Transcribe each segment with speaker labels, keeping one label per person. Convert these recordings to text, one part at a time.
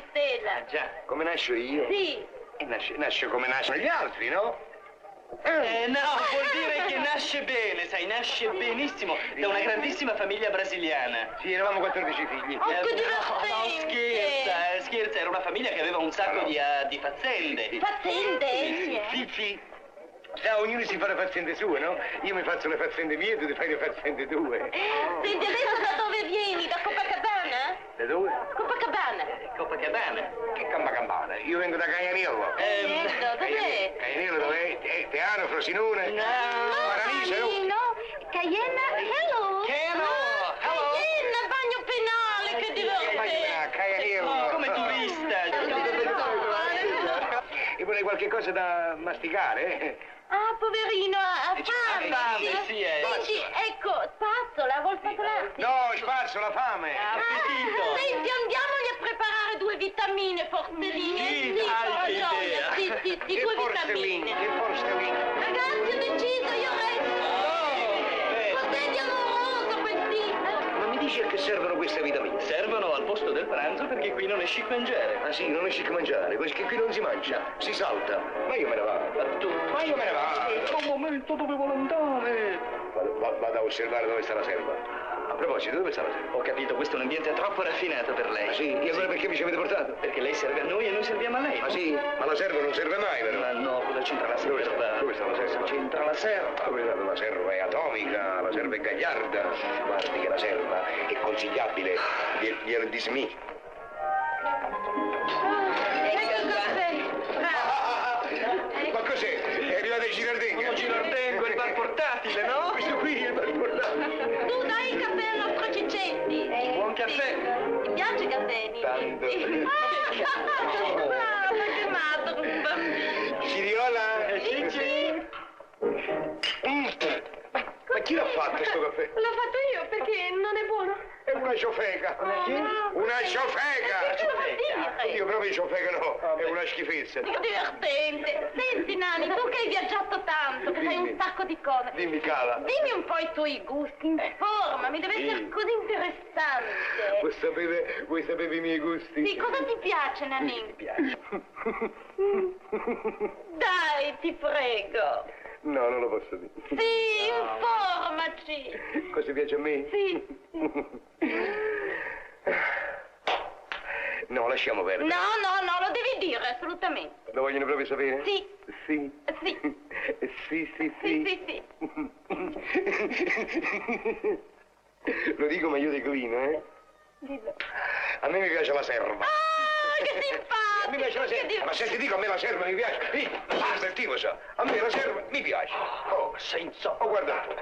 Speaker 1: stella.
Speaker 2: Ah, già, come nascio io?
Speaker 1: Sì.
Speaker 2: E nasce- nascio come nascono gli altri, no? Eh,
Speaker 3: Eh no, vuol dire che nasce bene, sai, nasce benissimo da una grandissima famiglia brasiliana.
Speaker 2: sì, eravamo 14 figli.
Speaker 1: Oh, che
Speaker 3: Eh, no, no,
Speaker 1: divertente!
Speaker 3: scherza, eh, scherza, era una famiglia che aveva un sacco di, eh, di fazzende.
Speaker 1: Paziente.
Speaker 2: Sì, sì. Sa, ognuno si fa le faccende sue, no? Io mi faccio le faccende mie e tu ti fai le faccende tue.
Speaker 1: Senti, adesso da dove vieni? Da Copacabana?
Speaker 2: Da dove?
Speaker 1: Copacabana.
Speaker 3: Copacabana.
Speaker 2: Che gamba gambata? Io vengo da Caglianello.
Speaker 3: Ehm,
Speaker 1: Certo, dov'è?
Speaker 2: Caglianello dov'è? Eh, Teano, Frosinone?
Speaker 3: no. oh.
Speaker 2: Paradiso, no?
Speaker 1: Cayenne, hello. Ah,
Speaker 3: Hello, oh, hello.
Speaker 1: Cayenne, bagno penale, che
Speaker 2: Immagina,
Speaker 1: divertente.
Speaker 2: Caglianello.
Speaker 3: Oh, come turista.
Speaker 2: E vorrei qualche cosa da masticare, eh?
Speaker 1: Ah, poverino, ha
Speaker 3: Dice, ha
Speaker 1: fame.
Speaker 3: fame, sì, eh.
Speaker 1: Senti, ecco, spazzola, vuol spazzolarti?
Speaker 2: No, spazzo la fame!
Speaker 1: Ah,
Speaker 3: appetito.
Speaker 1: senti, andiamogli a preparare due vitamine, forstelline.
Speaker 3: Sì,
Speaker 1: sì,
Speaker 3: altra
Speaker 1: caro
Speaker 3: idea.
Speaker 1: Gioia, sì, sì, sì,
Speaker 2: che
Speaker 1: due
Speaker 2: porcellini, che
Speaker 1: vitamine.
Speaker 2: porcellini.
Speaker 1: Ragazzi, ho deciso, io resto.
Speaker 3: Oh, beh,
Speaker 1: Cos'è di amoroso quel tipo?
Speaker 2: Ma mi dici a che servono queste vitamine?
Speaker 3: Servono al posto del pranzo perché qui non è chic mangiare.
Speaker 2: Ah sì, non esci che mangiare, perché qui non si mangia, si salta. Ma io me ne vado.
Speaker 3: Ma tu,
Speaker 2: Ma io me ne vado.
Speaker 3: un momento dovevo andare.
Speaker 2: Vado, va- vado a osservare dove sta la serva. A proposito, dove sta la serva?
Speaker 3: Ho capito, questo è un ambiente troppo raffinato per lei.
Speaker 2: Ah sì, e allora perché mi ci avete portato?
Speaker 3: Perché lei serve a noi e noi serviamo a lei.
Speaker 2: Ah sì, ma la serva non serve mai, vero?
Speaker 3: Ma no, cosa c'entra la
Speaker 2: Dove sta?
Speaker 3: serva?
Speaker 2: Dove sta la serva?
Speaker 3: C'entra la serva.
Speaker 2: Ah, quella- La serva è atomica, la serva è gagliarda. Guardi che la serva è consigliabile, gliel- glielo dismi.
Speaker 1: Ecco cos'è. Bravo.
Speaker 2: Ma cos'è? È arrivato il girardengo?
Speaker 3: Uno girardengo, il bar portatile, no?
Speaker 2: Questo qui è il bar portatile.
Speaker 1: Tu dai il caffè al nostro Cicenti.
Speaker 3: Buon caffè.
Speaker 1: Ti piace il caffè? Nini?
Speaker 2: Tanto.
Speaker 1: Ah, Brava, che matrumba.
Speaker 2: Ciriola?
Speaker 3: Eh, Sì, sì.
Speaker 2: Mm. Ma chi l'ha fatto sto caffè?
Speaker 1: L'ho fatto io perché non è buono.
Speaker 2: È una ciofeca. Una
Speaker 1: chi?
Speaker 2: Una
Speaker 1: Perché
Speaker 2: ciofeca!
Speaker 1: lo vuol
Speaker 2: Io
Speaker 1: dire?
Speaker 2: proprio ciofeca
Speaker 3: Ah,
Speaker 2: no, è una schifezza.
Speaker 1: Che divertente. Senti, Nani, tu che hai viaggiato tanto, che sai un
Speaker 2: Dimmi.
Speaker 1: sacco di cose.
Speaker 2: Dimmi cala.
Speaker 1: Dimmi un po' i tuoi gusti, informa, mi deve
Speaker 2: sì.
Speaker 1: essere così interessante.
Speaker 2: Vuoi sapere, vuoi sapere i miei gusti?
Speaker 1: Sì, cosa ti piace, Nanin?
Speaker 2: piace?
Speaker 1: Dai, ti prego.
Speaker 2: No, non lo posso dire.
Speaker 1: Sì,
Speaker 2: Ah.
Speaker 1: informaci.
Speaker 2: Cosa piace a me?
Speaker 1: Sì.
Speaker 2: No, lasciamo perdere.
Speaker 1: No, no, no, lo devi dire, assolutamente.
Speaker 2: Lo vogliono proprio sapere?
Speaker 1: Sì,
Speaker 2: Sì.
Speaker 1: sì,
Speaker 2: Sì, sì,
Speaker 1: sì, sì, sì.
Speaker 2: Lo dico ma io declino, eh?
Speaker 1: Dillo.
Speaker 2: A me mi piace la serva.
Speaker 1: Ah, che
Speaker 2: A me piace
Speaker 1: simpatico! Che
Speaker 2: la serva. Ma
Speaker 1: divertente.
Speaker 2: se ti dico a me la serva mi piace. Sì, sono avvertivo, sa. A me la serva mi piace. Oh, senza. Oh, guardato.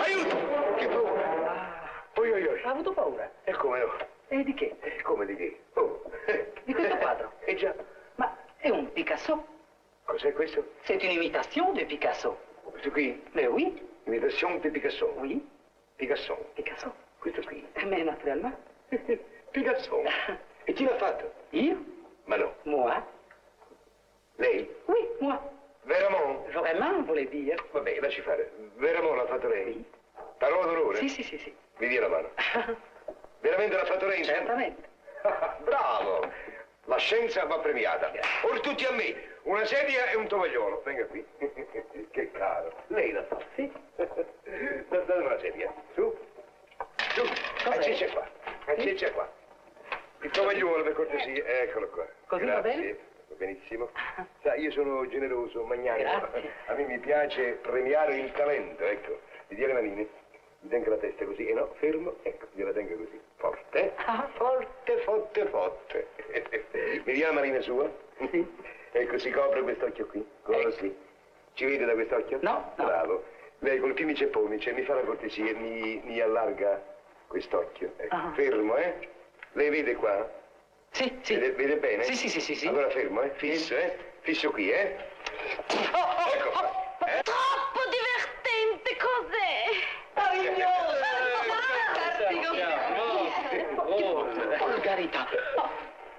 Speaker 2: Aiuto! Che paura. Oi, oi, oi.
Speaker 3: Ha avuto paura?
Speaker 2: E come no?
Speaker 3: E di che?
Speaker 2: E come di che? Oh.
Speaker 3: Di questo quadro?
Speaker 2: Eh già.
Speaker 3: Ma è un Picasso.
Speaker 2: Cos'è questo?
Speaker 3: C'est une imitation de Picasso.
Speaker 2: Questo qui?
Speaker 3: Mais oui,
Speaker 2: Imitazione di Picasso.
Speaker 3: oui,
Speaker 2: Picasso.
Speaker 3: Picasso. Eh,
Speaker 2: Questo qui.
Speaker 3: Mais naturellement.
Speaker 2: Picasso. E chi l'ha fatto?
Speaker 3: Io,
Speaker 2: Ma no.
Speaker 3: moi,
Speaker 2: Lei?
Speaker 3: oui, moi.
Speaker 2: Veramont?
Speaker 3: Vraiment, voulait dire.
Speaker 2: Vabbè, lasci fare. Veramont l'ha fatto lei? Parola d'onore?
Speaker 3: Sì, sì, sì, sì.
Speaker 2: Mi dia la mano. Veramente l'ha fatto lei?
Speaker 3: Certamente.
Speaker 2: Bravo! La scienza va premiata. Or tutti a me. Una sedia e un tovagliolo. Venga qui. che caro. Lei l'ha fatto.
Speaker 3: Sì.
Speaker 2: Da- Dammi una sedia. Su. Su.
Speaker 3: Cos'è?
Speaker 2: Acceccia qua. Acceccia qua. Il tovagliolo, per cortesia. Eccolo qua.
Speaker 3: Eh, Così va
Speaker 2: Grazie.
Speaker 3: bene? Ah.
Speaker 2: Va Benissimo. Sa, io sono generoso, magnanimo.
Speaker 3: Grazie.
Speaker 2: A me mi piace premiare il talento, ecco. Mi dia le manine. Mi tengo la testa così. E no, fermo. Ecco, gliela tengo così. Forte.
Speaker 3: Ah.
Speaker 2: Forte, forte, forte. Mi dia la manina sua? Ecco, si copre quest'occhio qui. Così. Ci vede da quest'occhio?
Speaker 3: Ecco. No, no.
Speaker 2: Bravo. Lei col pimice e pomice cioè, mi fa la cortesia e mi, mi allarga quest'occhio. Ecco,
Speaker 3: Ah.
Speaker 2: Fermo, eh? Lei vede qua?
Speaker 3: Sì, sì.
Speaker 2: Vede, vede bene?
Speaker 3: Sì, sì, sì, sì, sì.
Speaker 2: Allora fermo, eh? Fisso, eh? Fisso qui, eh? Ecco qua. Eh? Ah,
Speaker 1: Eh,